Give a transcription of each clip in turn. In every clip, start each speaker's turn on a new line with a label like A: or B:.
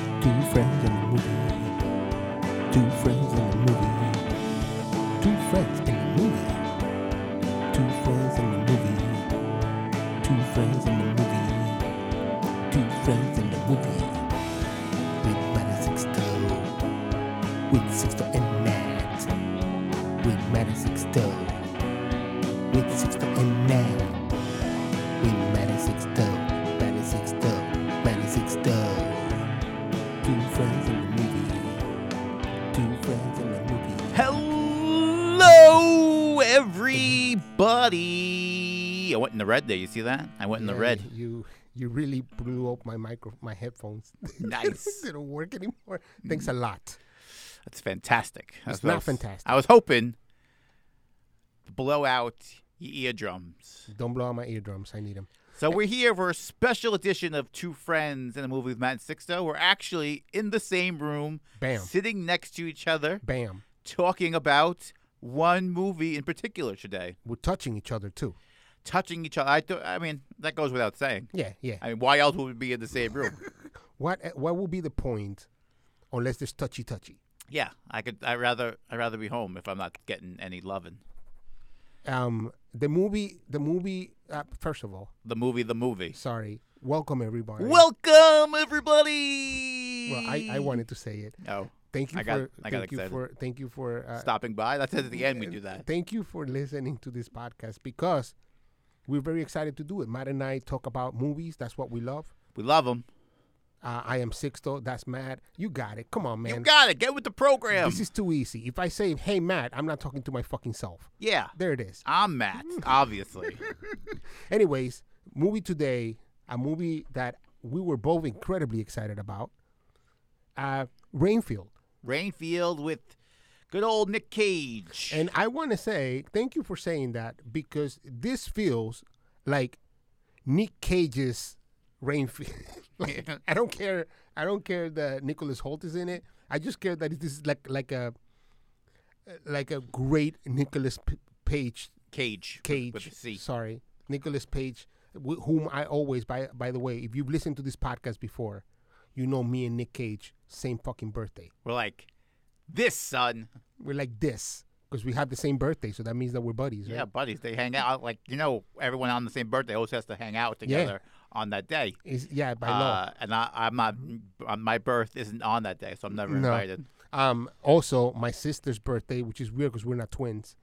A: friends in a movie. Two friends in a movie. Two friends in a movie. Two friends in a movie. Two friends in a movie. Two friends in a movie. With Matt Sixto. With Sixto and Matt. With Matt Sixto. With Sixto and Matt. With Matt Sixto. Matt Sixto. Matt Sixto. Two friends in a movie. Two friends in a movie.
B: Hello, everybody. I went in the red there. You see that? I went in the
A: Yeah,
B: red.
A: You you really blew up my micro my headphones.
B: Nice.
A: they don't work anymore. Thanks a lot.
B: That's fantastic. That's
A: It's
B: what I
A: not
B: was-
A: fantastic.
B: I was hoping to blow out your eardrums.
A: Don't blow out my eardrums. I need them.
B: So we're here for a special edition of Two Friends in a Movie with Matt and Sixto. We're actually in the same room,
A: Bam.
B: sitting next to each other,
A: Bam.
B: talking about one movie in particular today,
A: We're touching each other too.
B: touching each other. I, th- I mean, that goes without saying.
A: Yeah, yeah.
B: I mean, why else would we be in the same room?
A: What what will be the point unless there's touchy touchy?
B: Yeah, I could. I rather. I rather be home if I'm not getting any loving.
A: Um the movie the movie uh, first of all,
B: The movie, the movie.
A: sorry. Welcome everybody.
B: Welcome everybody.
A: well I, I wanted to say it.
B: Oh,
A: Thank you
B: I got-
A: for
B: I got
A: thank you
B: excited.
A: for thank you for uh,
B: stopping by. That's at the end we do that.
A: Thank you for listening to this podcast because we're very excited to do it. Matt and I talk about movies. That's what we love.
B: We love them.
A: Uh, I am Sixto. That's Matt. You got it. Come on, man.
B: You got it. Get with the program.
A: this is too easy. If I say, hey, Matt, I'm not talking to my fucking self.
B: yeah,
A: There it is.
B: I'm Matt. Obviously,
A: Anyways, movie today, a movie that we were both incredibly excited about uh, Rainfield.
B: Rainfield with good old Nick Cage.
A: And I want to say thank you for saying that because this feels like Nick Cage's Rainfield. like, I don't care. I don't care that Nicholas Holt is in it. I just care that this is like like a like a great Nicholas P- Page
B: Cage.
A: Cage.
B: With a C.
A: Sorry, Nicholas Page, wh- whom I always by by the way, if you've listened to this podcast before, you know me and Nick Cage same fucking birthday.
B: We're like this, son.
A: We're like this because we have the same birthday, so that means that we're buddies, right?
B: Yeah, buddies. They hang out like you know. Everyone on the same birthday always has to hang out together on that day.
A: Is yeah, by law.
B: Uh, and I, I'm not. uh, My birth isn't on that day, so I'm never
A: No.
B: invited.
A: Um, also, my sister's birthday, which is weird because we're not twins,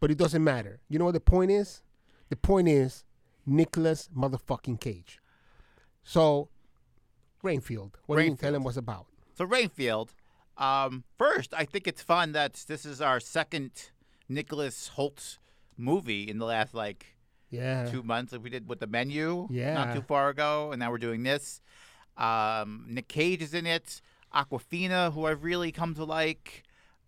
A: but it doesn't matter. You know what the point is? The point is Nicholas motherfucking Cage. So, Rainfield. What do you tell him was about?
B: So Rainfield. Um, first, I think it's fun that this is our second Nicholas Holt movie in the last like
A: Yeah,
B: two months. Like we did with the menu,
A: Yeah.
B: not too far ago, and now we're doing this. Um, Nick Cage is in it. Aquafina, who I've really come to like.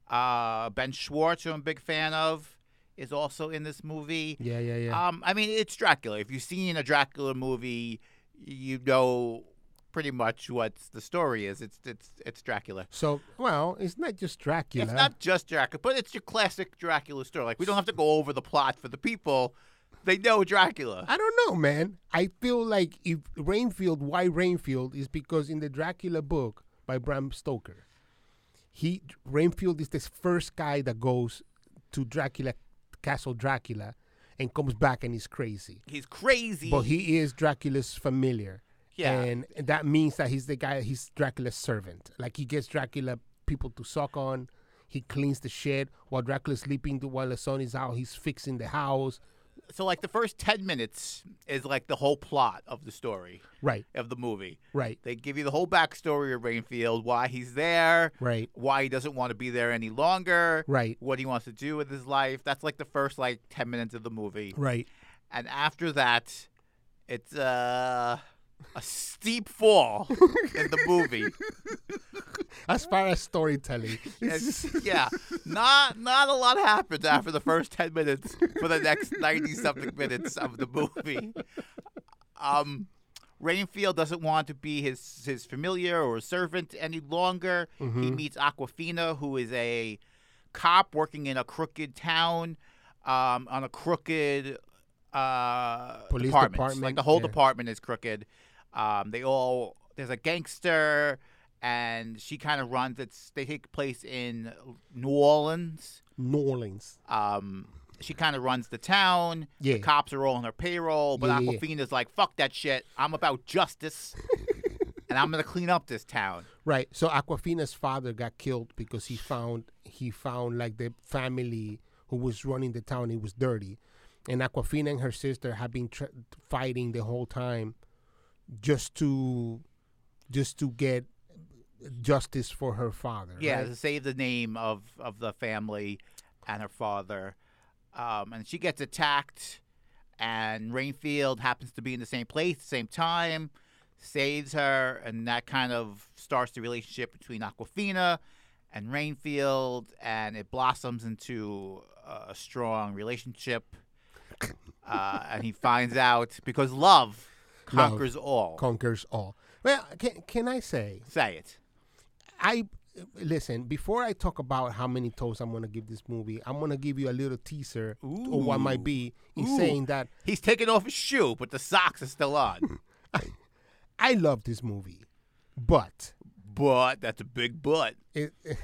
B: Uh, ben Schwartz, who I'm a big fan of, is also in this movie.
A: yeah, yeah, yeah.
B: Um, I mean, it's Dracula. If you've seen a Dracula movie, you know pretty much what the story is. It's it's it's Dracula.
A: so, well, it's not just Dracula.
B: It's not just Dracula, but it's your classic Dracula story. Like we don't have to go over the plot for the people; they know Dracula.
A: I don't know, man. I feel like if Rainfield, why Rainfield is because in the Dracula book by Bram Stoker, he Rainfield is this first guy that goes to Dracula Castle Dracula and comes back and is crazy.
B: He's crazy.
A: But he is Dracula's familiar.
B: Yeah.
A: And that means that he's the guy, he's Dracula's servant. Like he gets Dracula people to suck on. He cleans the shed while Dracula's sleeping. While the sun is out, he's fixing the house.
B: so, like the first ten minutes is like the whole plot of the story
A: Right,
B: of the movie.
A: right,
B: They give you the whole backstory of Rainfield, why he's there,
A: right,
B: why he doesn't want to be there any longer,
A: right,
B: what he wants to do with his life. That's like the first like ten minutes of the movie,
A: right.
B: and after that, it's uh, a steep fall in the movie.
A: as far as storytelling.
B: It's- yeah, not not a lot happens after the first ten minutes for the next ninety something minutes of the movie. Um, Rainfield doesn't want to be his his familiar or servant any longer. He meets Aquafina, who is a cop working in a crooked town um, on a crooked uh,
A: Police
B: department. Like
A: department,
B: the whole
A: yeah.
B: department is crooked. Um, they all there's a gangster and she kind of runs. It's they take place in New Orleans.
A: New Orleans.
B: Um, she kind of runs the town.
A: Yeah.
B: The cops are all on her payroll, but
A: Yeah, yeah, yeah.
B: Aquafina's like, "Fuck that shit. I'm about justice, and I'm gonna clean up this town."
A: Right. So Aquafina's father got killed because he found he found like the family who was running the town. It was dirty, and Aquafina and her sister have been tr fighting the whole time, just to, just to get justice for her father.
B: Yeah,
A: right?
B: to save the name of, of the family and her father. Um, and she gets attacked, and Rainfield happens to be in the same place, same time, saves her, and that kind of starts the relationship between Aquafina and Rainfield, and it blossoms into a- a strong relationship. uh, and he finds out because love
A: Love
B: conquers all.
A: Conquers all. Well, can can I say
B: Say it.
A: I listen before I talk about how many toes I'm gonna give this movie. I'm gonna give you a little teaser of what might
B: Ooh.
A: be in
B: Ooh.
A: saying that
B: He's taking off his shoe, but the socks are still on.
A: I love this movie, but
B: But that's a big but.
A: it,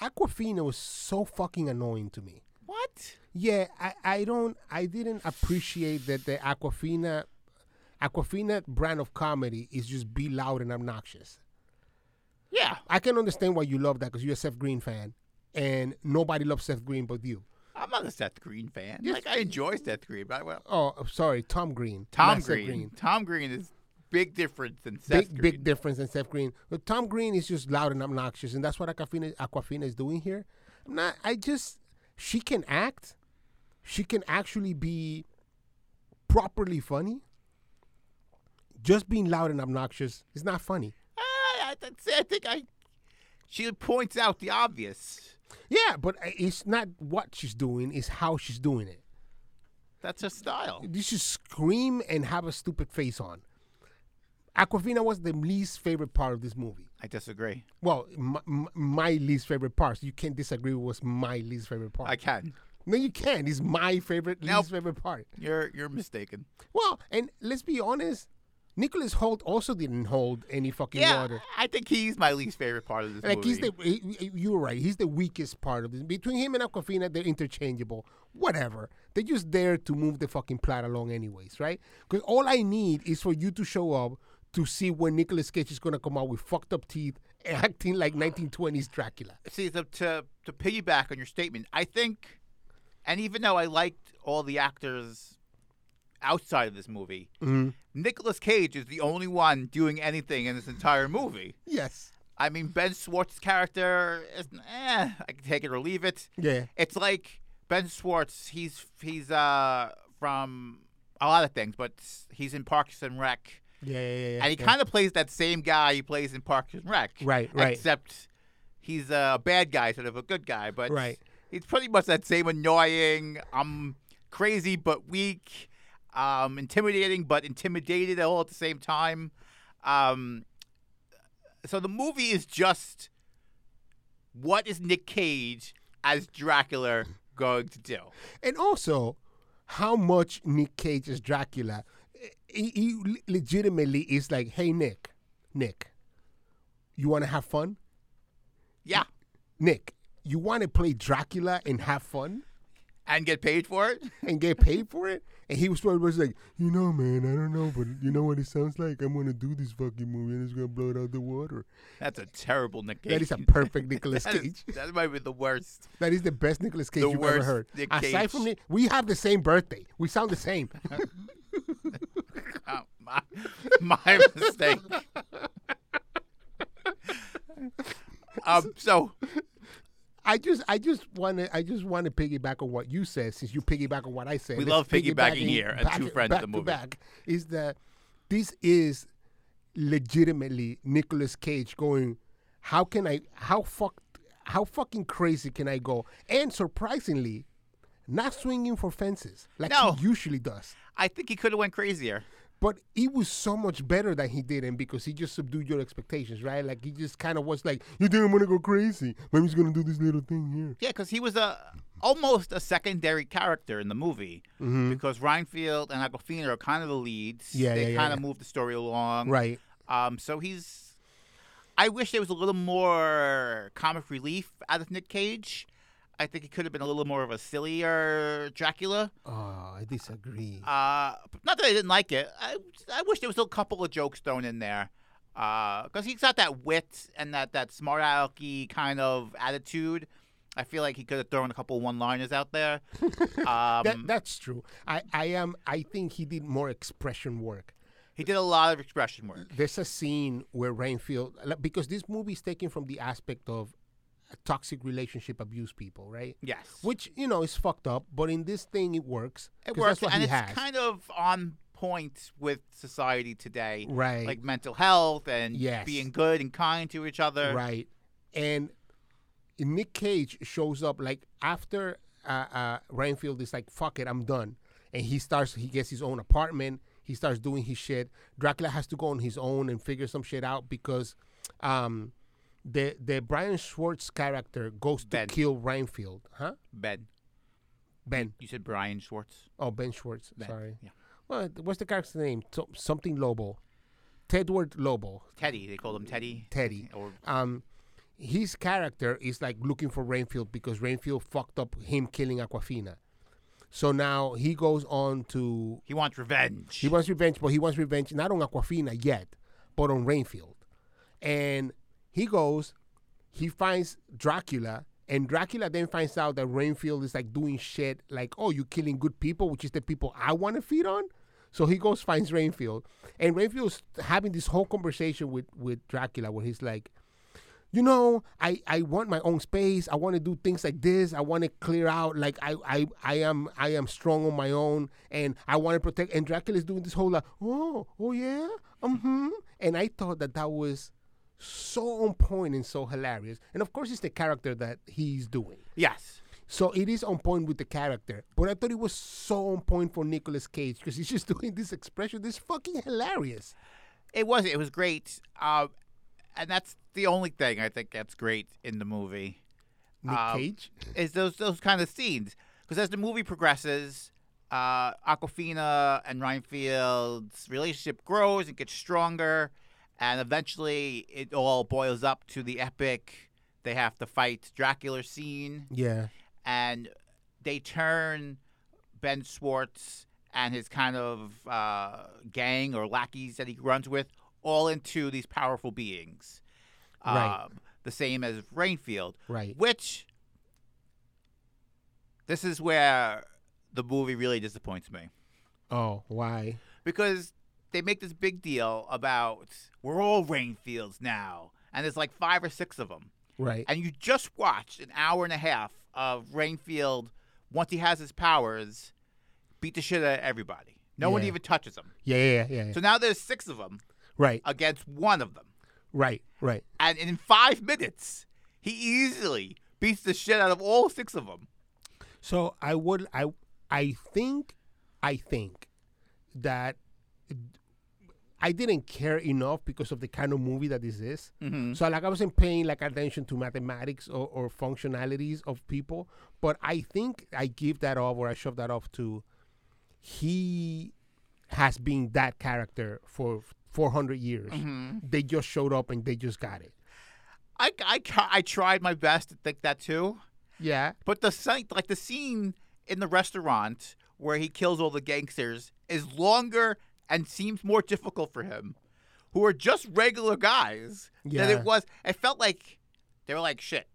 A: Aquafina was so fucking annoying to me.
B: What?
A: Yeah, I, I don't I didn't appreciate that the Aquafina Aquafina brand of comedy is just be loud and obnoxious.
B: Yeah.
A: I can understand why you love that because you're a Seth Green fan, and nobody loves Seth Green but you.
B: I'm not a Seth Green fan. Like I enjoy Seth Green, but I, well,
A: Oh, I'm sorry, Tom Green.
B: Tom
A: not Seth
B: Green. Tom Green is big difference than
A: Big
B: Seth Green.
A: big difference than Seth Green. But Tom Green is just loud and obnoxious, and that's what Aquafina Aquafina is doing here. I'm not. I just she can act. She can actually be properly funny. Just being loud and obnoxious is not funny.
B: Ah, I, I'd say I think I. She points out the obvious.
A: Yeah, but uh, it's not what she's doing; it's how she's doing it.
B: That's her style.
A: You should scream and have a stupid face on. Aquafina was the least favorite part of this movie.
B: I disagree.
A: Well, my, my least favorite parts. You can't disagree with what's my least favorite part.
B: I can.
A: no, you can't. It's my favorite,
B: Nope.
A: least favorite part.
B: You're you're mistaken.
A: Well, and let's be honest, Nicholas Holt also didn't hold any fucking
B: Yeah,
A: water.
B: I think he's my least favorite part of this
A: Like
B: movie.
A: he's the he- he- you're right. He's the weakest part of this. Between him and Aquafina, they're interchangeable. Whatever. They're just there to move the fucking plot along, anyways, right? Because all I need is for you to show up to see when Nicolas Cage is gonna come out with fucked up teeth, acting like 1920s Dracula.
B: see to, to to piggyback on your statement, I think, and even though I liked all the actors outside of this movie, Nicolas Cage is the only one doing anything in this entire movie.
A: Yes.
B: I mean, Ben Schwartz's character is eh, I can take it or leave it.
A: Yeah.
B: It's like Ben Schwartz. He's he's uh from a lot of things, but he's in Parks and Rec,
A: Yeah, yeah, yeah.
B: and he kind of plays that same guy he plays in Parks and Rec.
A: Right, right.
B: Except he's a bad guy instead of a good guy, but
A: Right.
B: He's pretty much that same annoying. I'm crazy but weak. Um, intimidating but intimidated all at the same time. Um, so the movie is just what is Nick Cage as Dracula going to do?
A: and also, how much Nick Cage is Dracula? He, he le- legitimately is like, hey Nick, Nick, you want to have fun?
B: Yeah,
A: Nick, you want to play Dracula and have fun
B: and get paid for it.
A: and get paid for it? And he was probably was like, you know, man, I don't know, but you know what it sounds like? I'm gonna do this fucking movie and it's gonna blow it out the water.
B: That's a terrible Nick Cage.
A: That is a perfect Nicolas
B: That is-
A: Cage.
B: that might be the worst.
A: That is the best Nicolas Cage
B: The
A: you've ever
B: worst
A: heard.
B: Nick
A: Aside
B: Cage.
A: from Nick, we have the same birthday. We sound the same.
B: Oh, my, my mistake. um, so
A: I just, I just want to, I just want to piggyback on what you said, since you piggyback on what I said.
B: We
A: Let's
B: love piggybacking here at
A: back-
B: Two Friends
A: back
B: the
A: to
B: Movie.
A: Back is that this is legitimately Nicolas Cage going, how can I, how fuck, how fucking crazy can I go? And surprisingly, not swinging for fences like
B: No.
A: he usually does.
B: I think he could have went crazier.
A: But it was so much better that he didn't because he just subdued your expectations, right? Like he just kind of was like, "You think I'm gonna go crazy? I'm just gonna do this little thing here."
B: Yeah, because he was a almost a secondary character in the movie because Reinfield and Aquafina are kind of the leads.
A: Mm-hmm. Yeah,
B: they
A: yeah, yeah,
B: kind of
A: yeah.
B: move the story along.
A: Right.
B: Um, so he's. I wish there was a little more comic relief out of Nick Cage. I think he could have been a little more of a sillier Dracula.
A: Oh, I disagree.
B: Uh, not that I didn't like it. I, I wish there was still a couple of jokes thrown in there. Because he's got that wit and that, that smart alecky kind of attitude. I feel like he could have thrown a couple one liners out there. Um,
A: that, that's true. I, I am. I think he did more expression work.
B: he did a lot of expression work.
A: There's a scene where Rainfield, like, because this movie is taken from the aspect of toxic relationship abuse people, right?
B: Yes.
A: Which you know is fucked up, but in this thing it works.
B: it
A: 'cause
B: works.
A: That's what
B: and
A: he
B: it's
A: has.
B: kind of on point with society today.
A: Right.
B: Like mental health and
A: Yes.
B: being good and kind to each other.
A: Right. And Nick Cage shows up like after uh, uh, Renfield is like, fuck it, I'm done. And he starts, he gets his own apartment. He starts doing his shit. Dracula has to go on his own and figure some shit out because um, the the Brian Schwartz character goes to
B: Ben.
A: kill Renfield. Huh?
B: Ben.
A: Ben.
B: You said Brian Schwartz.
A: Oh, Ben Schwartz. Sorry.
B: Yeah.
A: Well, what's the character's name? So- something Lobo. Tedward Lobo.
B: Teddy. They call him Teddy.
A: Teddy.
B: Or
A: um, his character is like looking for Rainfield because Rainfield fucked up him killing Aquafina. So now he goes on to
B: he wants revenge.
A: he wants revenge, but he wants revenge not on Aquafina yet, but on Rainfield. And he goes, he finds Dracula, and Dracula then finds out that Rainfield is like doing shit like, oh, you're killing good people, which is the people I want to feed on. So he goes finds Rainfield, and Rainfield's having this whole conversation with with Dracula where he's like, you know, I, I want my own space. I want to do things like this. I want to clear out. Like I, I I am I am strong on my own, and I want to protect. And Dracula is doing this whole like, oh oh yeah, hmm. And I thought that that was so on point and so hilarious. And of course, it's the character that he's doing.
B: yes.
A: So it is on point with the character, but I thought it was so on point for Nicolas Cage because he's just doing this expression. This is fucking hilarious.
B: It was. It was great. Um, and that's the only thing I think that's great in the movie
A: Nick
B: Um,
A: Cage.
B: is those those kind of scenes. Because as the movie progresses, uh, Aquafina and Reinfeld's relationship grows and gets stronger, and eventually it all boils up to the epic. They have to fight Dracula scene
A: Yeah.
B: and they turn Ben Schwartz and his kind of uh, gang or lackeys that he runs with all into these powerful beings.
A: Right.
B: Um, the same as Rainfield.
A: Right.
B: Which, this is where the movie really disappoints me.
A: Oh, why?
B: Because they make this big deal about we're all Rainfields now. And there's like five or six of them
A: Right.
B: and you just watched an hour and a half of Rainfield once he has his powers beat the shit out of everybody. No one
A: Yeah.
B: even touches him.
A: Yeah, yeah, yeah, yeah.
B: So now there's six of them
A: right,
B: against one of them,
A: right, right.
B: and in five minutes, he easily beats the shit out of all six of them.
A: So I would, I, I think, I think that I didn't care enough because of the kind of movie that this is. So like I wasn't paying like attention to mathematics or, or functionalities of people, but I think I give that off or I shove that off to he has been that character for 400 years. They just showed up and they just got it.
B: I, I, ca- I tried my best to think that too,
A: Yeah.
B: but the scene, like the scene in the restaurant where he kills all the gangsters is longer and seems more difficult for him, who are just regular guys. Than
A: Yeah.
B: it was. It felt like they were like, shit.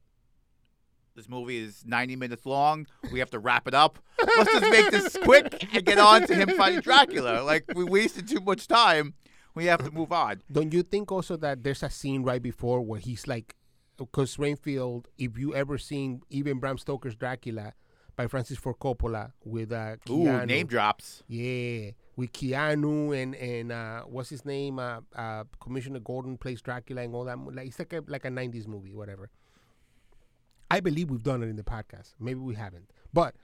B: This movie is 90 minutes long. We have to wrap it up. Let's just make this quick and get on to him fighting Dracula. Like we wasted too much time. We have to move on.
A: Don't you think also that there's a scene right before where he's like, because Rainfield, if you ever seen even Bram Stoker's Dracula by Francis Ford Coppola with uh,
B: Ooh,
A: Keanu,
B: name drops.
A: yeah, with Keanu and and uh, what's his name, uh, uh, Commissioner Gordon plays Dracula and all that. mo- Like it's like a, like a '90s movie, whatever. I believe we've done it in the podcast. Maybe we haven't, but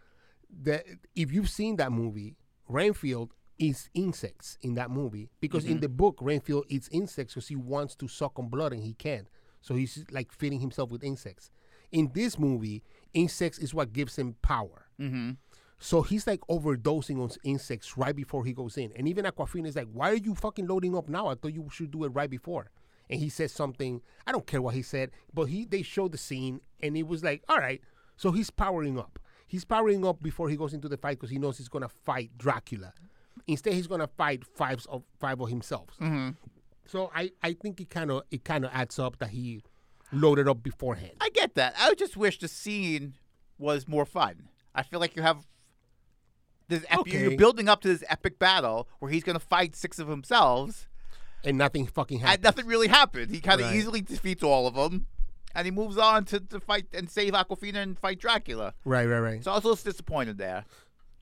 A: the if you've seen that movie, Renfield eats insects in that movie because in the book Renfield eats insects because he wants to suck on blood and he can't, so he's like feeding himself with insects. In this movie, insects is what gives him power. So he's like overdosing on insects right before he goes in, and even Aquafina is like, "Why are you fucking loading up now? I thought you should do it right before." and he said something. I don't care what he said, but he they showed the scene, and it was like, all right. So he's powering up. He's powering up before he goes into the fight because he knows he's gonna fight Dracula. Instead, he's gonna fight fives of five of himself. So I I think it kind of it kind of adds up that he loaded up beforehand.
B: I get that. I just wish the scene was more fun. I feel like you have this ep-
A: Okay.
B: you're building up to this epic battle where he's gonna fight six of himself,
A: and nothing fucking
B: and
A: happened.
B: nothing really happened. He kind of
A: Right.
B: easily defeats all of them, and he moves on to, to fight and save Aquafina and fight Dracula.
A: right, right, right.
B: So I was a little disappointed there.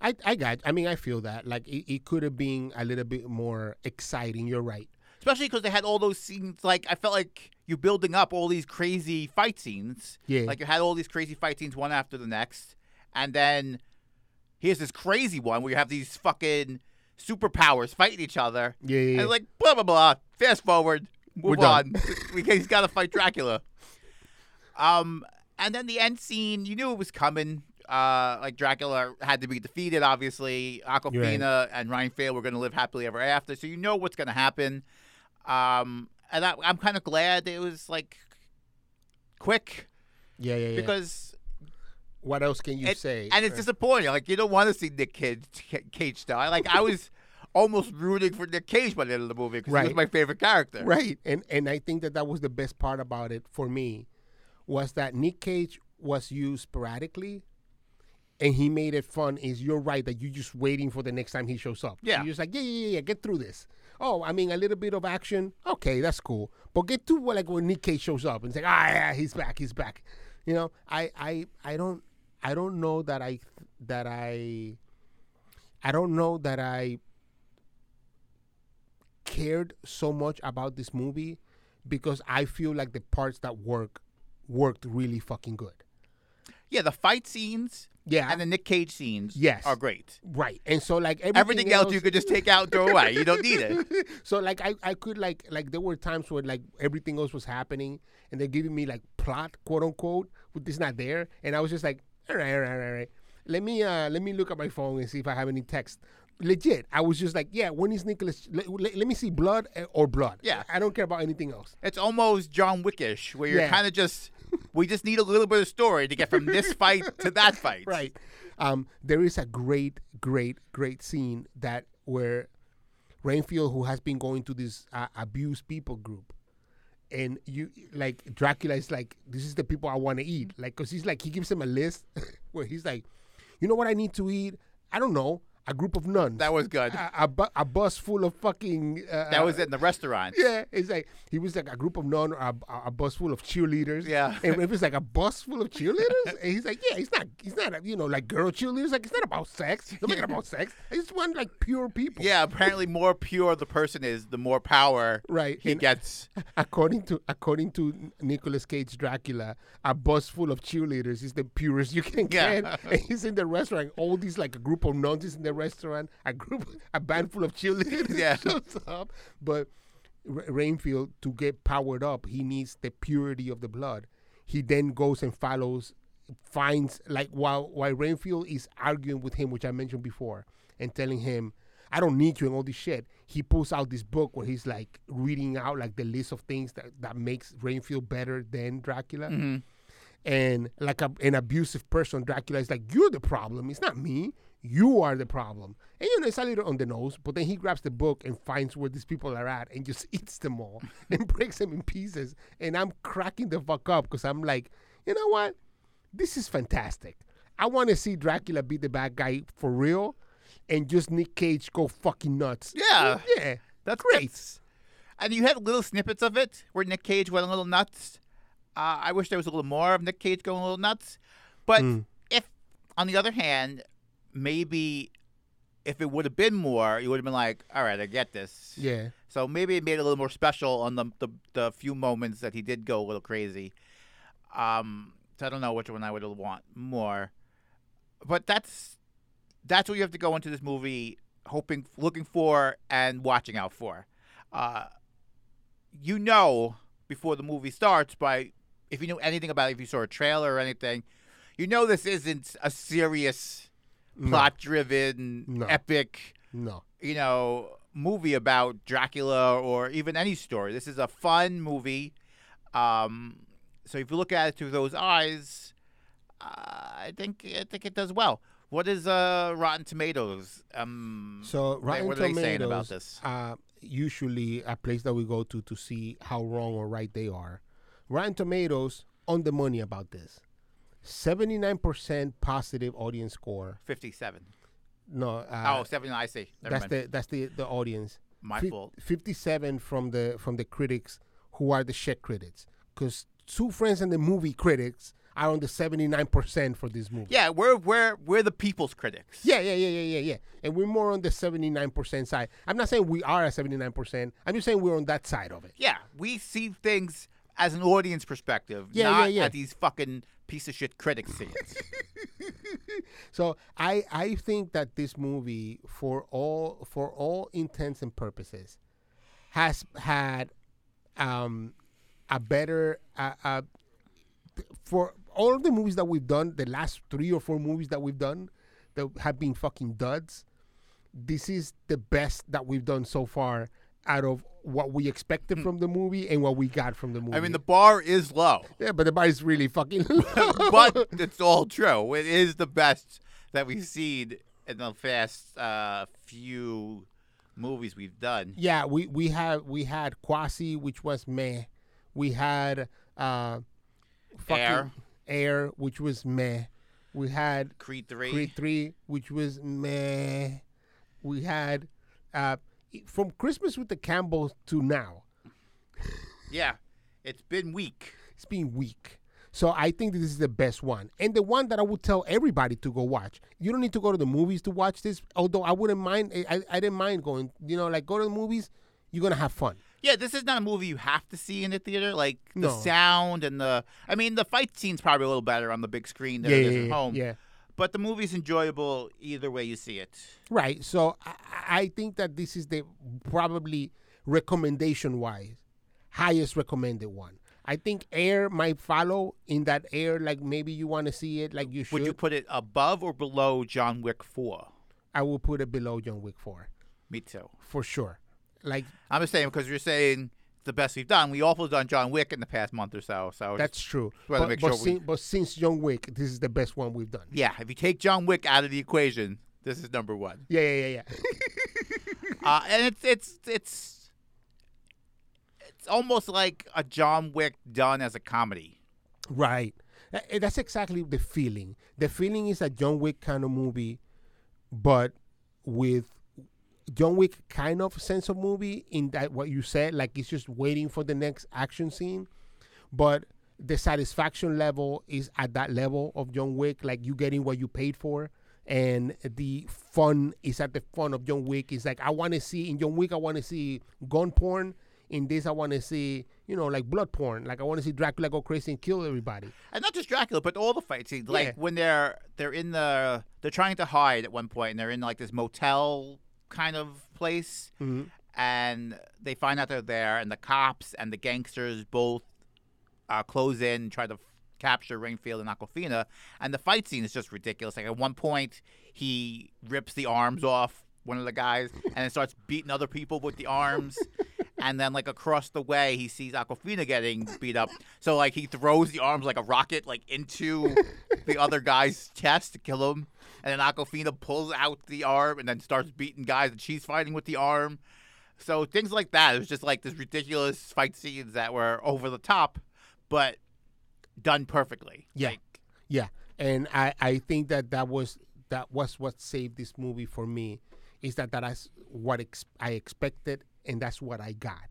A: I, I got. I mean, I feel that like it, it could have been a little bit more exciting. You're right.
B: especially because they had all those scenes. Like I felt like you're building up all these crazy fight scenes.
A: Yeah.
B: like you had all these crazy fight scenes one after the next, and then here's this crazy one where you have these fucking superpowers fighting each other.
A: Yeah, yeah,
B: and
A: yeah.
B: it's like blah blah blah. Fast forward,
A: We're
B: move
A: done.
B: on. We- He's got to fight Dracula. Um, and then the end scene, you knew it was coming. Uh, like Dracula had to be defeated, obviously. Aquafina and Ryan Fair were going to live happily ever after, so you know what's going to happen. Um, and I, I'm kind of glad it was like quick
A: Yeah, yeah, yeah.
B: because,
A: what else can you
B: it-
A: say?
B: and it's disappointing. Like you don't want to see Nick Cage, Cage die. Like I was almost rooting for Nick Cage by the end of the movie because he
A: Right.
B: was my favorite character.
A: Uh, right. And and I think that that was the best part about it for me, was that Nick Cage was used sporadically, and he made it fun. Is you're right that you're just waiting for the next time he shows up.
B: Yeah.
A: you're just like yeah, yeah, yeah, yeah. Get through this. Oh, I mean, a little bit of action. Okay, that's cool. But get to what like when Nick Cage shows up and say, ah, yeah, he's back, he's back. You know, I, I, I don't, I don't know that I, that I, I don't know that I cared so much about this movie because I feel like the parts that work worked really fucking good.
B: Yeah, the fight scenes
A: Yeah.
B: and the Nick Cage scenes
A: Yes.
B: are great.
A: right. And so like everything,
B: Everything else you could just take out and throw away. You don't need it.
A: so like I, I could like like there were times where like everything else was happening and they're giving me like plot quote unquote but it's not there and I was just like all right all right all right, all right let me uh let me look at my phone and see if I have any text legit I was just like yeah when is Nicholas let, let, let me see blood eh, or blood
B: Yeah.
A: I don't care about anything else
B: It's almost John Wickish, where you're
A: Yeah.
B: kind of just, we just need a little bit of story to get from this fight to that fight.
A: right um there is a great great great scene that where Rainfield who has been going to this uh, abused people group and you like Dracula is like this is the people I want to eat
B: Mm-hmm.
A: like cuz he's like he gives him a list where he's like you know what I need to eat I don't know a group of nuns
B: That was good.
A: a, a, bu- a bus full of fucking Ah, uh,
B: That was in the restaurant.
A: yeah, it's like he was like a group of non, a, a- a bus full of cheerleaders.
B: Yeah.
A: and if it's like a bus full of cheerleaders, and he's like, yeah, it's not, it's not, you know, like girl cheerleaders. Like it's not about sex. It's not about sex. I just want like pure people.
B: Yeah, apparently, more pure the person is, the more power
A: Right,
B: he
A: and-
B: gets.
A: According to according to Nicolas Cage Dracula, a bus full of cheerleaders is the purest you can
B: Yeah.
A: get. And he's in the restaurant. All these like a group of nuns is in the restaurant. A group, a band full of cheerleaders
B: Yeah.
A: shows up. But Ra- Rainfield to get powered up, he needs the purity of the blood. He then goes and follows, finds like while while Rainfield is arguing with him, which I mentioned before, and telling him, "I don't need you" and all this shit. He pulls out this book where he's like reading out like the list of things that that makes Rainfield better than Dracula and like a, an abusive person, Dracula is like, "You're the problem. It's not me. You are the problem." And you know, it's a little on the nose. But then he grabs the book and finds where these people are at and just eats them all and breaks them in pieces. And I'm cracking the fuck up because I'm like, you know what? This is fantastic. I want to see Dracula be the bad guy for real, and just Nick Cage go fucking nuts.
B: Yeah.
A: yeah,
B: That's great. and you had little snippets of it where Nick Cage went a little nuts. Uh, I wish there was a little more of Nick Cage going a little nuts. But if, on the other hand, maybe if it would have been more, you would have been like, all right, I get this.
A: yeah.
B: So maybe it made it a little more special on the, the, the few moments that he did go a little crazy. Um, so I don't know which one I would want more, but that's that's what you have to go into this movie hoping, looking for, and watching out for. Uh, you know before the movie starts by if you knew anything about it, if you saw a trailer or anything, you know this isn't a serious,
A: No.
B: plot-driven,
A: No.
B: epic
A: No,
B: you know movie about Dracula or even any story. This is a fun movie. Um, so if you look at it through those eyes, uh, I think I think it does well. What is uh, Rotten Tomatoes? Um,
A: So
B: Wait,
A: Rotten
B: what are they
A: Tomatoes
B: saying about this?
A: Uh, usually a place that we go to to see how wrong or right they are. Rotten Tomatoes on the money about this. Seventy nine percent positive audience score.
B: fifty-seven.
A: No, uh,
B: Oh, 79, I see. Never
A: that's
B: mind.
A: the that's the the audience.
B: My fault.
A: Fifty seven from the from the critics who are the shit critics because two friends and the movie critics are on the seventy nine percent for this movie.
B: yeah, we're we're we're the people's critics.
A: Yeah, yeah, yeah, yeah, yeah, yeah. And we're more on the 79% side. I'm not saying we are at 79%. I'm just saying we're on that side of it.
B: Yeah, we see things as an audience perspective,
A: Yeah, yeah,
B: not
A: yeah.
B: at these fucking piece of shit critics see it.
A: So I I think that this movie for all for all intents and purposes has had um a better uh, uh for all of the movies that we've done the last 3 or 4 movies that we've done that have been fucking duds this is the best that we've done so far out of what we expected from the movie and what we got from the movie
B: Hmm. I mean, the bar is low,
A: yeah but the bar is really fucking low.
B: but it's all true. It is the best that we've seen in the past uh, few movies we've done.
A: Yeah, we we had we had Quasi, which was meh. We had uh, fucking
B: Air.
A: Air, which was meh. We had
B: Creed three.
A: Creed Three, which was meh. We had uh, from Christmas with the Campbells to now,
B: Yeah, it's been weak.
A: it's been weak. So I think this is the best one, and the one that I would tell everybody to go watch. You don't need to go to the movies to watch this. Although I wouldn't mind, I, I, I didn't mind going. You know, like go to the movies. You're gonna have fun.
B: Yeah, this is not a movie you have to see in the theater. Like the
A: No.
B: sound and the, I mean, the fight scene's probably a little better on the big screen than it is at home.
A: yeah.
B: But the movie's enjoyable either way you see it.
A: Right. So I, I think that this is the probably recommendation wise highest recommended one. I think Air might follow in that Air. Like maybe you want to see it, like you should.
B: Would you put it above or below John Wick Four?
A: I will put it below John Wick Four
B: Me too.
A: for sure. Like
B: I'm just saying because you're saying it's the best we've done. We also done John Wick in the past month or so. So it's-
A: that's true.
B: wanna
A: But,
B: make
A: but,
B: sure we-
A: sin- but since John Wick, this is the best one we've done.
B: yeah, if you take John Wick out of the equation, this is number one.
A: Yeah, yeah, yeah, yeah.
B: uh, and it's it's it's it's almost like a John Wick done as a comedy.
A: Right. Tha- eh, That's exactly the feeling. The feeling is a John Wick kind of movie, but with John Wick kind of sense of movie in that what you said, like it's just waiting for the next action scene. But the satisfaction level is at that level of John Wick, like you getting what you paid for. And the fun is at the fun of John Wick. It's like I want to see in John Wick, I want to see gun porn. In this, I want to see, you know, like blood porn. Like I want to see Dracula go crazy and kill everybody.
B: And not just Dracula, but all the fight scenes. Like
A: Yeah.
B: when they're they're in the they're trying to hide at one point, and they're in like this motel kind of place, and they find out they're there, and the cops and the gangsters both uh, close in and try to f- capture Rainfield and Aquafina, and the fight scene is just ridiculous. Like at one point, he rips the arms off one of the guys and then starts beating other people with the arms. And then, like across the way, he sees Aquafina getting beat up. So, like, he throws the arms like a rocket, like into the other guy's chest to kill him. And then Aquafina pulls out the arm and then starts beating guys, and she's fighting with the arm. So things like that. It was just like this ridiculous fight scenes that were over the top, but done perfectly.
A: Yeah.
B: Like,
A: Yeah, and I I think that that was that was what saved this movie for me is that that is what ex- I expected and that's what I got.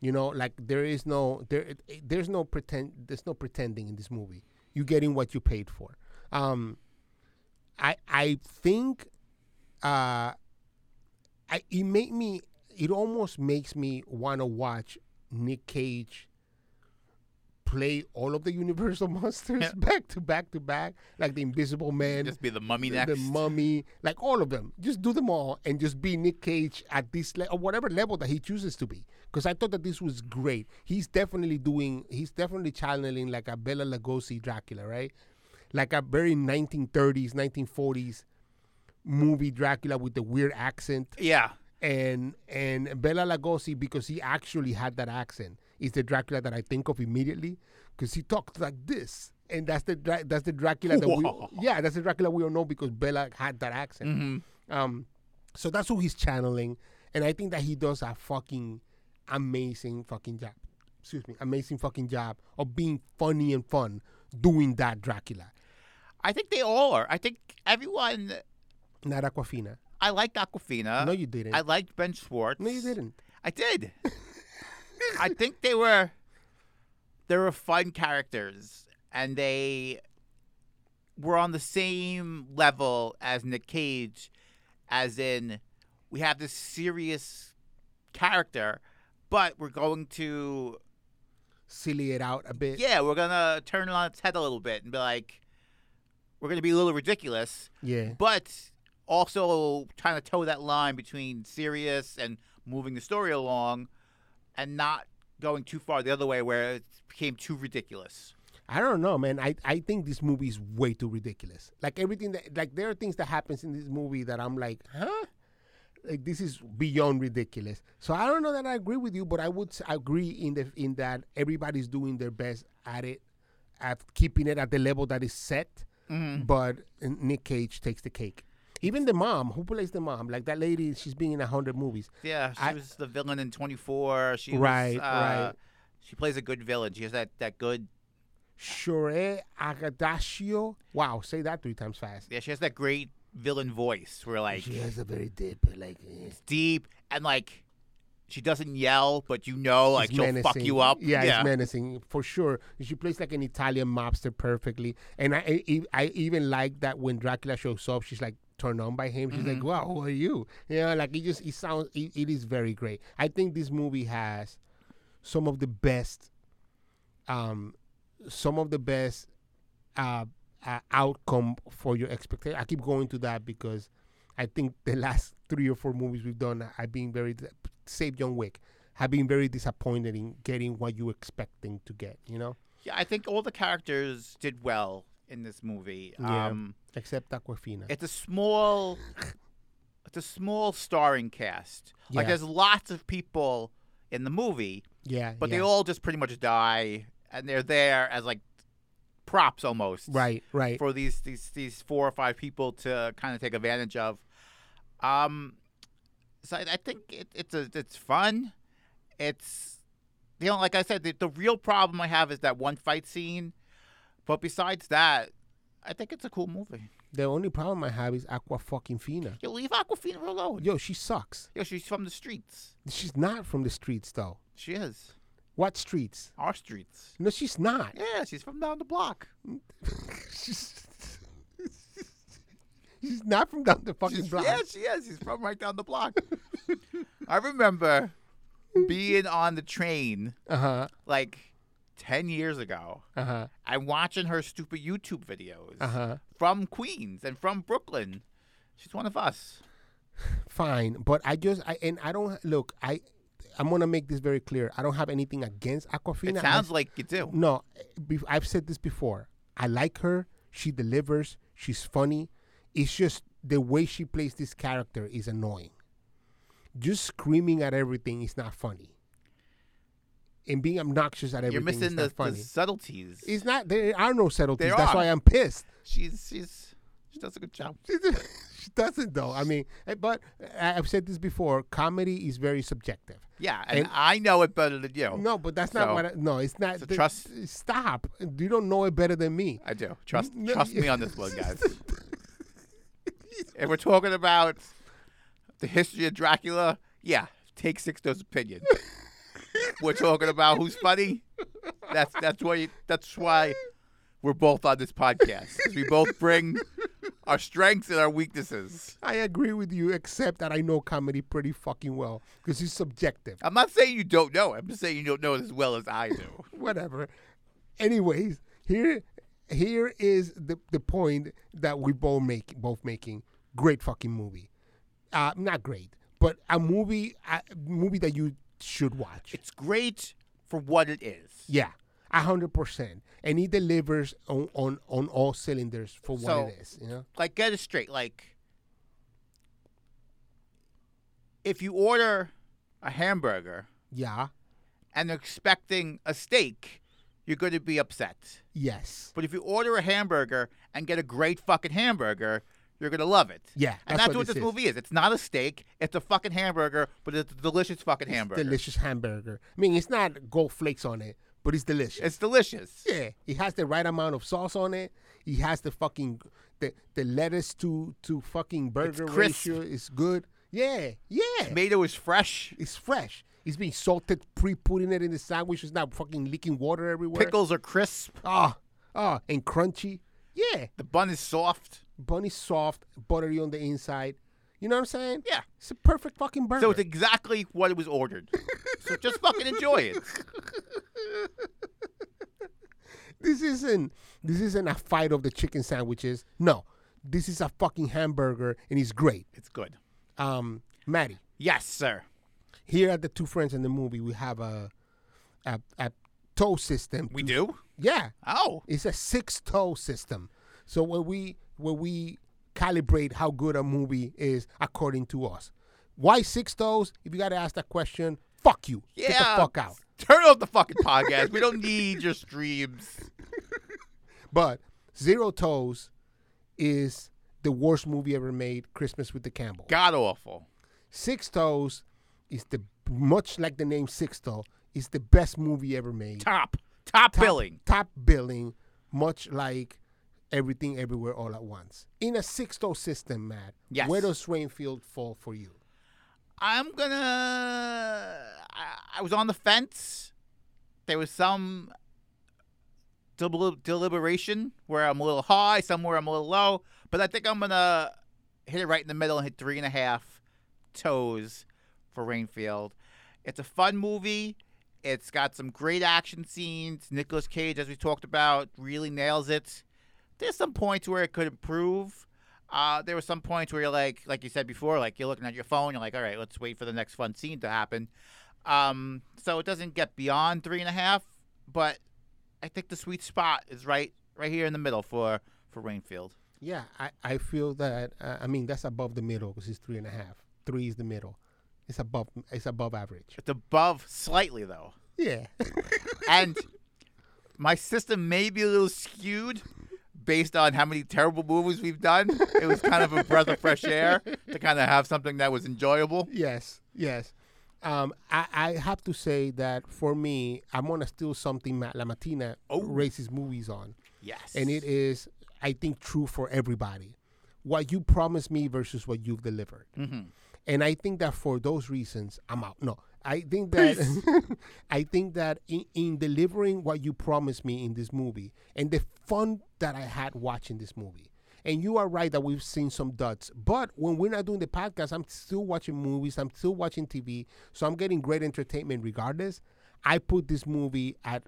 A: You know, like there is no there it- it- there's no pretend there's no pretending in this movie. You're getting what you paid for. Um I I think uh I it made me it almost makes me want to watch Nick Cage play all of the Universal monsters
B: Yeah.
A: back to back to back, like the Invisible Man,
B: just be the mummy
A: the-
B: next.
A: the Mummy, like all of them. Just do them all and just be Nick Cage at this le- or whatever level that he chooses to be. Because I thought that this was great. He's definitely doing. He's definitely channeling like a Bela Lugosi Dracula, right? Like a very 1930s, 1940s movie Dracula with the weird accent
B: yeah.
A: and and Bella Lugosi because he actually had that accent is the Dracula that I think of immediately because he talks like this, and that's the Dra- that's the Dracula that we yeah that's the Dracula we all know because Bella had that accent.
B: Mm-hmm.
A: Um, so that's who he's channeling, and I think that he does a fucking amazing fucking job. Excuse me, amazing fucking job of being funny and fun doing that Dracula.
B: I think they all are. I think everyone.
A: Not Aquafina.
B: I liked Aquafina.
A: No, you didn't.
B: Uh, I liked Ben Schwartz.
A: No, you didn't.
B: I did. I think they were they were fun characters and they were on the same level as Nick Cage as in we have this serious character but we're going to
A: Silly it out a bit.
B: yeah, we're going to turn it on its head a little bit and be like we're going to be a little ridiculous
A: Yeah.
B: but also trying to toe that line between serious and moving the story along and not going too far the other way where it became too ridiculous.
A: I don't know, man. I, I think this movie is way too ridiculous. Like everything that like there are things that happens in this movie that I'm like, huh? Like this is beyond ridiculous. So I don't know that I agree with you, but I would s- agree in the in that everybody's doing their best at it, at keeping it at the level that is set. But uh, Nick Cage takes the cake. Even the mom, who plays the mom, like that lady, she's been in a hundred movies.
B: Yeah, she
A: I-
B: was the villain in 24. She was,
A: Right,
B: uh,
A: right.
B: She plays a good villain. She has that, that good,
A: Shure Agadashio. Wow, say that three times fast.
B: yeah, she has that great villain voice where like
A: She
B: it's
A: has a very deep, like. eh.
B: deep and like she doesn't yell, but you know, like
A: It's
B: she'll fuck
A: menacing.
B: you up.
A: Yeah, it's menacing for sure. She plays like an Italian mobster perfectly, and I I, I even like that when Dracula shows up, she's like turned on by him. She's like,
B: Mm-hmm.
A: "Wow, who are you?" You know, like it just it sounds it, it is very great. I think this movie has some of the best, um, some of the best uh, uh outcome for your expectation. I keep going to that because I think the last three or four movies we've done, I've been very, dis- save John Wick, have been very disappointed in getting what you expecting to get, you know?
B: yeah, I think all the characters did well in this movie.
A: Yeah.
B: Um,
A: Except Aquafina.
B: it's a small it's a small starring cast like
A: Yeah.
B: there's lots of people in the movie
A: yeah.
B: but
A: yeah.
B: they all just pretty much die and they're there as like props almost
A: Right, right.
B: for these these these four or five people to kind of take advantage of um so i, I think it, it's a, it's fun it's you know like i said the, the real problem i have is that one fight scene but besides that i think it's a cool movie
A: the only problem I have is Aqua fucking Fina.
B: you leave Aquafina alone.
A: Yo, she sucks.
B: Yo, she's from the streets.
A: She's not from the streets, though.
B: She is.
A: What streets?
B: Our streets.
A: No, she's not.
B: Yeah, she's from down the block.
A: she's, she's not from down the fucking
B: She's,
A: block.
B: yeah, she is. She's from right down the block. I remember being on the train
A: Uh huh.
B: like 10 years ago
A: Uh huh.
B: and watching her stupid YouTube videos
A: Uh huh.
B: from Queens and from Brooklyn. She's one of us.
A: fine but i just i and i don't look i i'm gonna make this very clear i don't have anything against aquafina
B: It sounds like you do.
A: no be, i've said this before i like her she delivers she's funny it's just the way she plays this character is annoying just screaming at everything is not funny and being obnoxious at everything
B: You're
A: is
B: missing
A: not
B: the, the
A: funny
B: subtleties.
A: it's not there are no subtleties
B: There
A: that's
B: are.
A: why i'm pissed
B: she's she's she does a good job.
A: she doesn't though i mean eh, but I- i've said this before comedy is very subjective
B: Yeah, and,
A: And-
B: I know it better than you.
A: No, but that's not
B: So-
A: what. I, no, it's not.
B: So
A: the-
B: trust-
A: Stop. You don't know it better than me.
B: I do. Trust
A: No,
B: trust
A: you-
B: me on this one, guys. if we're talking about the history of Dracula, yeah, take Sixto's opinion. we're talking about who's funny. That's that's why that's why we're both on this podcast. 'cause We both bring our strengths and our weaknesses.
A: I agree with you, except that I know comedy pretty fucking well because it's subjective.
B: I'm not saying you don't know. I'm just saying you don't know it as well as I do.
A: Whatever. Anyways, here, here is the the point that we both make both making. Great fucking movie. Uh, not great, but a movie a movie that you should watch.
B: It's great for what it is.
A: Yeah. A hundred percent, and it delivers on, on, on all cylinders for what
B: So-
A: it is. You know,
B: like get it straight like if you order a hamburger
A: Yeah.
B: and are expecting a steak, you're going to be upset.
A: Yes.
B: But if you order a hamburger and get a great fucking hamburger, you're gonna love it.
A: Yeah, that's
B: and that's
A: what
B: what,
A: this
B: this
A: is.
B: movie is. It's not a steak. It's a fucking hamburger, but it's a delicious fucking hamburger.
A: Delicious hamburger. I mean, it's not gold flakes on it, but it's delicious.
B: It's delicious.
A: Yeah, it has the right amount of sauce on it. He has the fucking the the lettuce to to fucking burger
B: crisp.
A: ratio is good. Yeah, yeah,
B: Tomato is fresh.
A: it's fresh. It's being salted, pre putting it in the sandwich. It's not fucking leaking water everywhere.
B: Pickles are crisp.
A: Ah, ah, and crunchy. Yeah,
B: The bun is soft.
A: bun is soft, buttery on the inside. You know what I'm saying?
B: Yeah.
A: it's a perfect fucking burger.
B: So it's exactly what it was ordered. so just fucking enjoy it.
A: this isn't this isn't a fight of the chicken sandwiches. No, this is a fucking hamburger, and it's great.
B: It's good.
A: Um, Maddie.
B: Yes, sir.
A: here at the two friends in the movie we have a a, a toe system
B: We do.
A: yeah
B: Oh,
A: it's a six toe system so where we where we calibrate how good a movie is according to us why six toes if you gotta ask that question fuck you
B: yeah.
A: get the fuck out
B: Turn off the fucking podcast. we don't need your streams.
A: but zero toes is the worst movie ever made christmas with the campbell
B: God awful.
A: six toes is the much like the name six toe is the best movie ever made
B: Top. Top,
A: top-
B: billing.
A: top billing, much like everything everywhere all at once. In a 6-0 system, Matt,
B: Yes.
A: where does Rainfield fall for you?
B: I'm gonna. I, I was on the fence. There was some del- deliberation where I'm a little high, somewhere I'm a little low, but I think I'm gonna hit it right in the middle and hit three and a half toes for Rainfield. It's a fun movie. It's got some great action scenes. Nicolas Cage, as we talked about, really nails it. There's some points where it could improve. Uh, there were some points where you're like, like you said before, like you're looking at your phone. You're like, all right, let's wait for the next fun scene to happen. Um, so it doesn't get beyond three and a half, but I think the sweet spot is right, right here in the middle for for Rainfield.
A: Yeah, I, I feel that uh, I mean that's above the middle because it's three and a half. Three is the middle. It's above it's above average.
B: It's above slightly though,
A: Yeah.
B: and my system may be a little skewed based on how many terrible movies we've done. It was kind of a breath of fresh air to kind of have something that was enjoyable.
A: yes. Yes. Um, I, I have to say that for me, I'm gonna steal something Matt Lamatina races movies on.
B: Oh. Yes,
A: and it is i think true for everybody what you promised me versus what you've delivered and i think that for those reasons i'm out no i think that i think that in, in delivering what you promised me in this movie and the fun that i had watching this movie and you are right that we've seen some duds but when we're not doing the podcast i'm still watching movies i'm still watching tv so i'm getting great entertainment regardless i put this movie at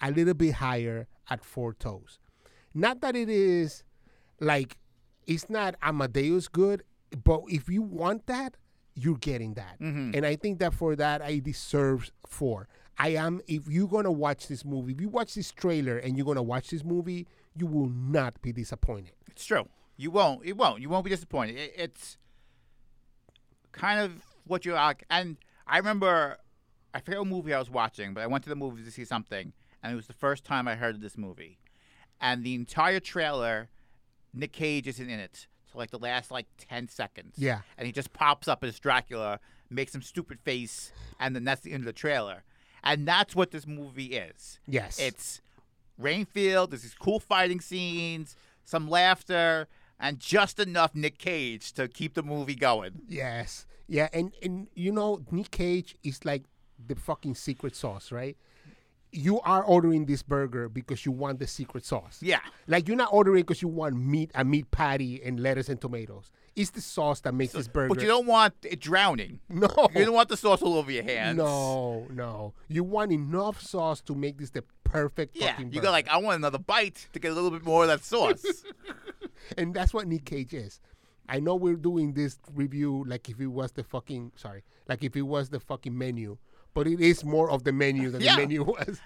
A: a little bit higher at four toes. Not that it is like it's not Amadeus good, but if you want that, you're getting that. And I think that for that I deserves four. I am if you're gonna watch this movie, if you watch this trailer and you're gonna watch this movie, you will not be disappointed.
B: It's true. You won't. It won't. You won't be disappointed. It, it's kind of what you're. like- And I remember, I forget what movie I was watching, but I went to the movies to see something, and it was the first time I heard of this movie. And the entire trailer, Nick Cage isn't in it. So like the last like ten seconds.
A: Yeah.
B: And he just pops up as Dracula, makes some stupid face, and then that's the end of the trailer. And that's what this movie is.
A: Yes.
B: It's Rainfield. There's these cool fighting scenes, some laughter, and just enough Nick Cage to keep the movie going.
A: Yes. Yeah, and and you know Nick Cage is like the fucking secret sauce, right? You are ordering this burger because you want the secret sauce.
B: Yeah.
A: Like you're not ordering because you want meat, a meat patty, and lettuce and tomatoes. It's the sauce that makes this burger.
B: But you don't want it drowning.
A: No.
B: You don't want the sauce all over your hands.
A: no, no. You want enough sauce to make this the perfect
B: Yeah.
A: fucking
B: You
A: burger.
B: go like, I want another bite to get a little bit more of that sauce.
A: and that's what Nick Cage is. I know we're doing this review like if it was the fucking sorry, like if it was the fucking menu, but it is more of the menu than
B: Yeah.
A: the menu was.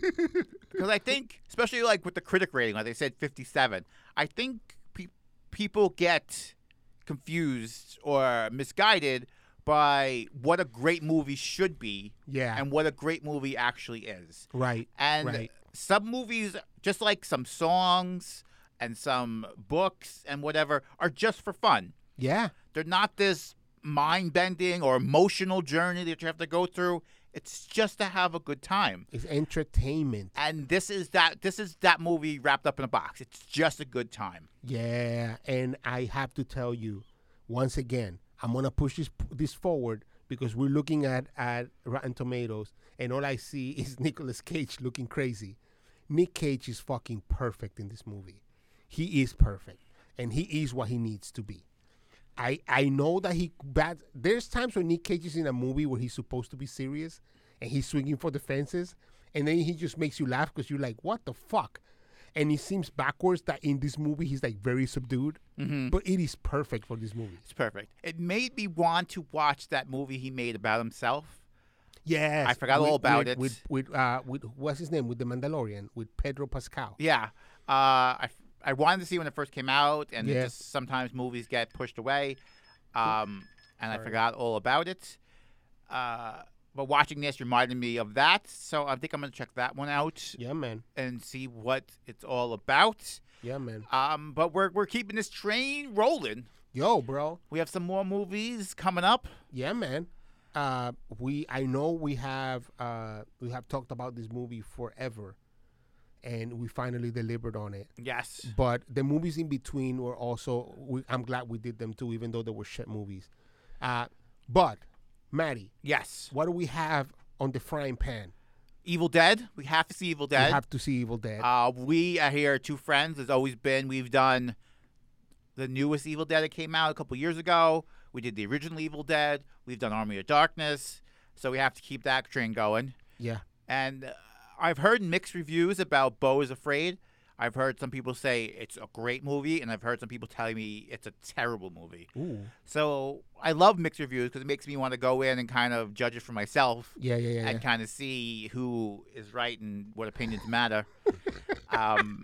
B: Because I think, especially like with the critic rating, like they said, fifty-seven. I think pe- people get confused or misguided by what a great movie should be
A: Yeah.
B: and what a great movie actually is.
A: right.
B: And
A: right.
B: some movies, just like some songs and some books and whatever, are just for fun.
A: Yeah.
B: They're not this mind bending or emotional journey that you have to go through. It's just to have a good time.
A: It's entertainment.
B: And this is that this is that movie wrapped up in a box. It's just a good time.
A: Yeah, and I have to tell you, once again, I'm gonna push this this forward because we're looking at at Rotten Tomatoes, and all I see is Nicolas Cage looking crazy. Nick Cage is fucking perfect in this movie. He is perfect, and he is what he needs to be. I I know that he bad. There's times when Nick Cage is in a movie where he's supposed to be serious, and he's swinging for the fences, and then he just makes you laugh because you're like, what the fuck? And it seems backwards that in this movie he's like very subdued, but it is perfect for this movie.
B: It's perfect. It made me want to watch that movie he made about himself.
A: Yes,
B: I forgot
A: with-
B: all about
A: with-
B: it.
A: With with uh, with what's his name with the Mandalorian with Pedro Pascal.
B: Yeah. Uh, I, I wanted to see when it first came out, and it
A: Yeah.
B: just sometimes movies get pushed away. Um, and I forgot all about it. Uh, but watching this reminded me of that. So I think I'm going to check that one out
A: Yeah, man.
B: and see what it's all about.
A: Yeah, man.
B: Um, but we're, we're keeping this train rolling.
A: Yo, bro.
B: We have some more movies coming up.
A: Yeah, man. Uh, we I know we have uh, we have talked about this movie forever, and we finally delivered on it.
B: Yes.
A: But the movies in between were also. We, I'm glad we did them too, even though they were shit movies. Uh, but Maddie,
B: Yes.
A: what do we have on the frying pan?
B: Evil Dead. We have to see Evil
A: We
B: Dead.
A: have to see Evil Dead.
B: Uh, we are here, two friends, has always been. We've done the newest Evil Dead that came out a couple years ago. We did the original Evil Dead. We've done Army of Darkness. So we have to keep that train going.
A: yeah,
B: And uh, I've heard mixed reviews about Bo is Afraid. I've heard some people say it's a great movie, and I've heard some people telling me it's a terrible movie.
A: Ooh.
B: So I love mixed reviews because it makes me want to go in and kind of judge it for myself
A: yeah, yeah, yeah. yeah.
B: and kind of see who is right and what opinions matter. um,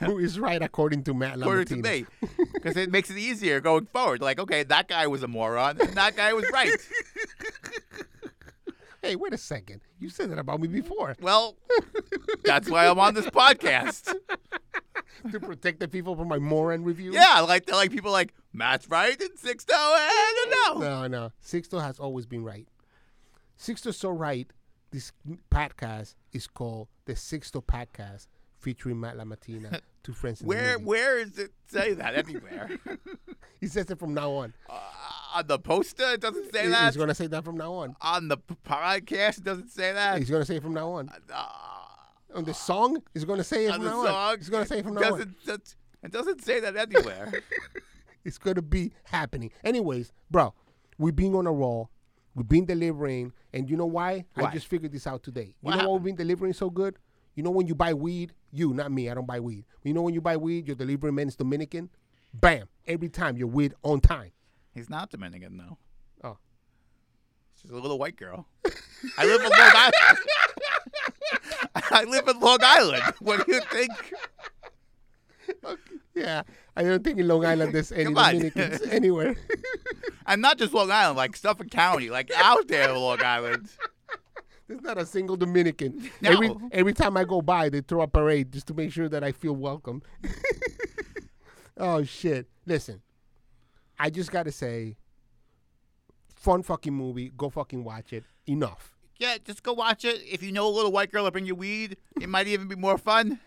A: Who is right according to Matt
B: according to
A: Lamartine?
B: me, because it makes it easier going forward. Like, okay, that guy was a moron, and that guy was right.
A: Hey, wait a second. You said that about me before
B: Well, that's why I'm on this podcast.
A: to protect the people from my moron review.
B: Yeah, like like people like Matt's right and Sixto, I don't know.
A: No, no. Sixto has always been right. Sixto's so right. This podcast is called the Sixto Podcast, featuring Matt LaMatina, two friends. In
B: Where
A: the movie.
B: where is it say that anywhere?
A: he says it from now on.
B: uh, on the poster, it doesn't say
A: He-
B: that.
A: He's gonna say that from now on.
B: On the p- podcast, it doesn't say that.
A: He's gonna say it from now on.
B: Uh,
A: On the song, he's gonna say it
B: on
A: from
B: the
A: now
B: song.
A: on. He's gonna say it from now
B: doesn't,
A: on.
B: does- it doesn't say that anywhere.
A: It's gonna be happening. Anyways, bro, we've been on a roll. We've been delivering, and you know why?
B: Why?
A: I just figured this out today. You
B: What
A: know why
B: happened?
A: we've been delivering so good? You know when you buy weed, you, not me, I don't buy weed. You know when you buy weed, your delivery man is Dominican. Bam! Every time your weed on time.
B: He's not Dominican though.
A: Oh.
B: She's a little white girl. I live in Long Island. I live in Long Island. What do you think?
A: Yeah. I don't think in Long Island there's any
B: Come on.
A: Dominicans anywhere.
B: And not just Long Island, like Suffolk County, like out there in Long Island.
A: there's not a single Dominican.
B: No.
A: Every every time I go by they throw a parade just to make sure that I feel welcome. oh shit. Listen. I just gotta say, fun fucking movie. Go fucking watch it. Enough.
B: Yeah, just go watch it. If you know a little white girl, will bring you weed. It might even be more fun.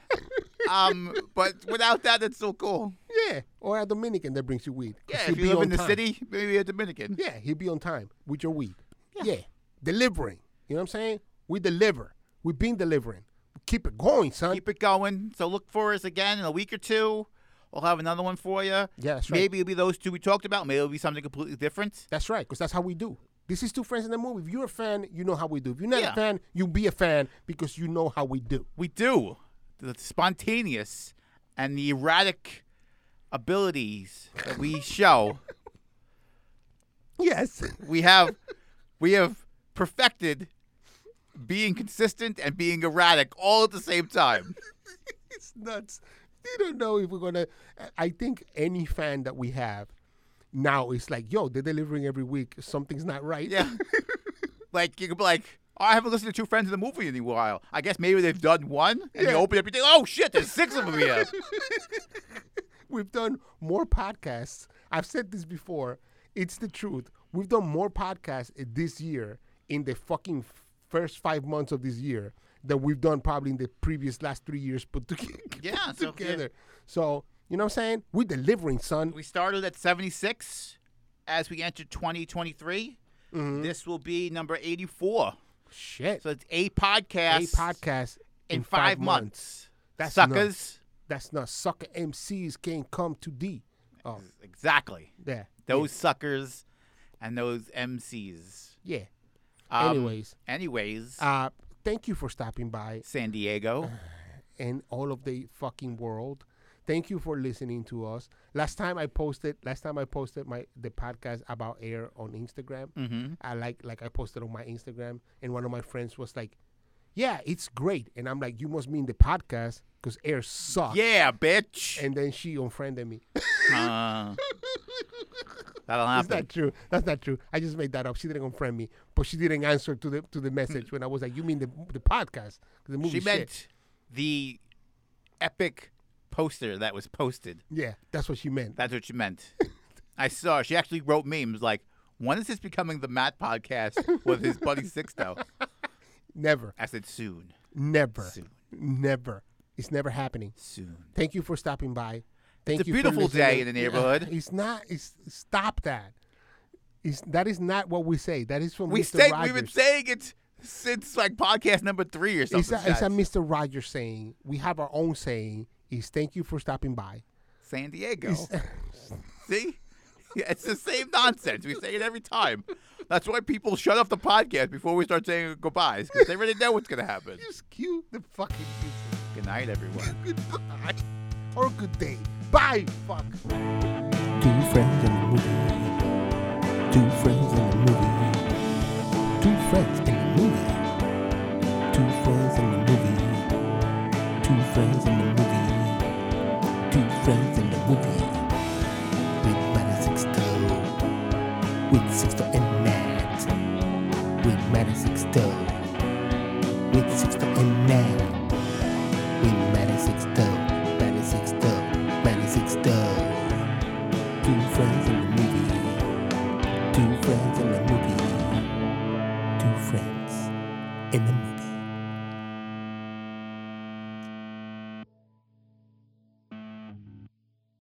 B: Um, but without that, it's still cool.
A: Yeah. Or a Dominican that brings you weed. 'Cause
B: Yeah,
A: he'll
B: if you
A: be
B: live
A: on
B: in the
A: time.
B: city, maybe a Dominican.
A: Yeah, he'll be on time with your weed. Yeah. Delivering. You know what I'm saying? We deliver. We've been delivering. Keep it going, son.
B: keep it going. So look for us again in a week or two. We'll have another one for you.
A: Yeah, that's right.
B: Maybe it'll be those two we talked about. Maybe it'll be something completely different.
A: That's right, because that's how we do. This is two friends in the movie. If you're a fan, you know how we do. If you're not
B: Yeah.
A: a fan, you be a fan because you know how we do.
B: We do. The spontaneous and the erratic abilities that we show,
A: Yes.
B: we have, we have perfected being consistent and being erratic all at the same time.
A: it's nuts. You don't know if we're gonna I think any fan that we have Now it's like, yo, they're delivering every week. Something's not right.
B: Yeah. like you could be like, oh, I haven't listened to Two Friends in the Movie in a while. I guess maybe they've done one, and
A: Yeah.
B: you open up, you think, oh shit, there's six of them here.
A: We've done more podcasts. I've said this before. It's the truth. We've done more podcasts i- this year in the fucking f- first five months of this year than we've done probably in the previous last three years put to-
B: Yeah, so-
A: together. So, you know what I'm saying? We're delivering, son.
B: we started at 76 as we enter 2023. This will be number 84.
A: Shit.
B: So it's eight podcasts,
A: Eight podcasts
B: in, five, months.
A: That's
B: Suckers.
A: That's not sucker MCs can't come to D. Oh,
B: Exactly.
A: yeah.
B: Those suckers and those MCs.
A: Yeah.
B: Um,
A: Anyways.
B: Anyways,
A: Uh, thank you for stopping by
B: San Diego.
A: and all of the fucking world. Thank you for listening to us. Last time I posted, last time I posted my the podcast about air on Instagram.
B: Mm-hmm.
A: I like like I posted on my Instagram, and one of my friends was like, "Yeah, it's great," and I'm like, "You must mean the podcast because air sucks."
B: Yeah, bitch.
A: And then she unfriended me.
B: Uh, that'll
A: That's
B: happen.
A: not true. That's not true. I just made that up. She didn't unfriend me, but she didn't answer to the to the message when I was like, "You mean the the podcast?" The movie
B: She
A: shit."
B: meant the epic poster that was posted.
A: Yeah, that's what she meant.
B: That's what she meant. I saw. She actually wrote memes like, "When is this becoming the Matt podcast with his buddy Sixto?"
A: Never,
B: I said, "Soon,
A: never,
B: Soon.
A: never. It's never happening.
B: soon."
A: Thank you for stopping by. Thank
B: It's a
A: you. for
B: beautiful day
A: listening.
B: in the neighborhood.
A: Yeah, it's not. It's stop that. It's, that is not what we say. That is from
B: We
A: Mr.
B: said
A: Rogers.
B: we've been saying it since like podcast number three or something.
A: it's, a, it's a
B: guys.
A: Mr. Rogers saying. We have our own saying. Is thank you for stopping by.
B: San Diego. See? Yeah, it's the same nonsense. We say it every time. That's why people shut off the podcast before we start saying goodbyes because they already know what's going to happen.
A: Just cue the fucking music.
B: Good night, everyone.
A: Goodbye. Or good day. Bye. Fuck. Two friends in the movie. Two friends in the movie. Two friends in the movie. Two friends in the movie. Two friends in the movie. Two friends in the movie. With Matt Sixto. With Sixto and Matt. With Matt Sixto. With Sixto and Matt. With Matt Sixto. Matt Sixto. Matt Sixto. Two friends.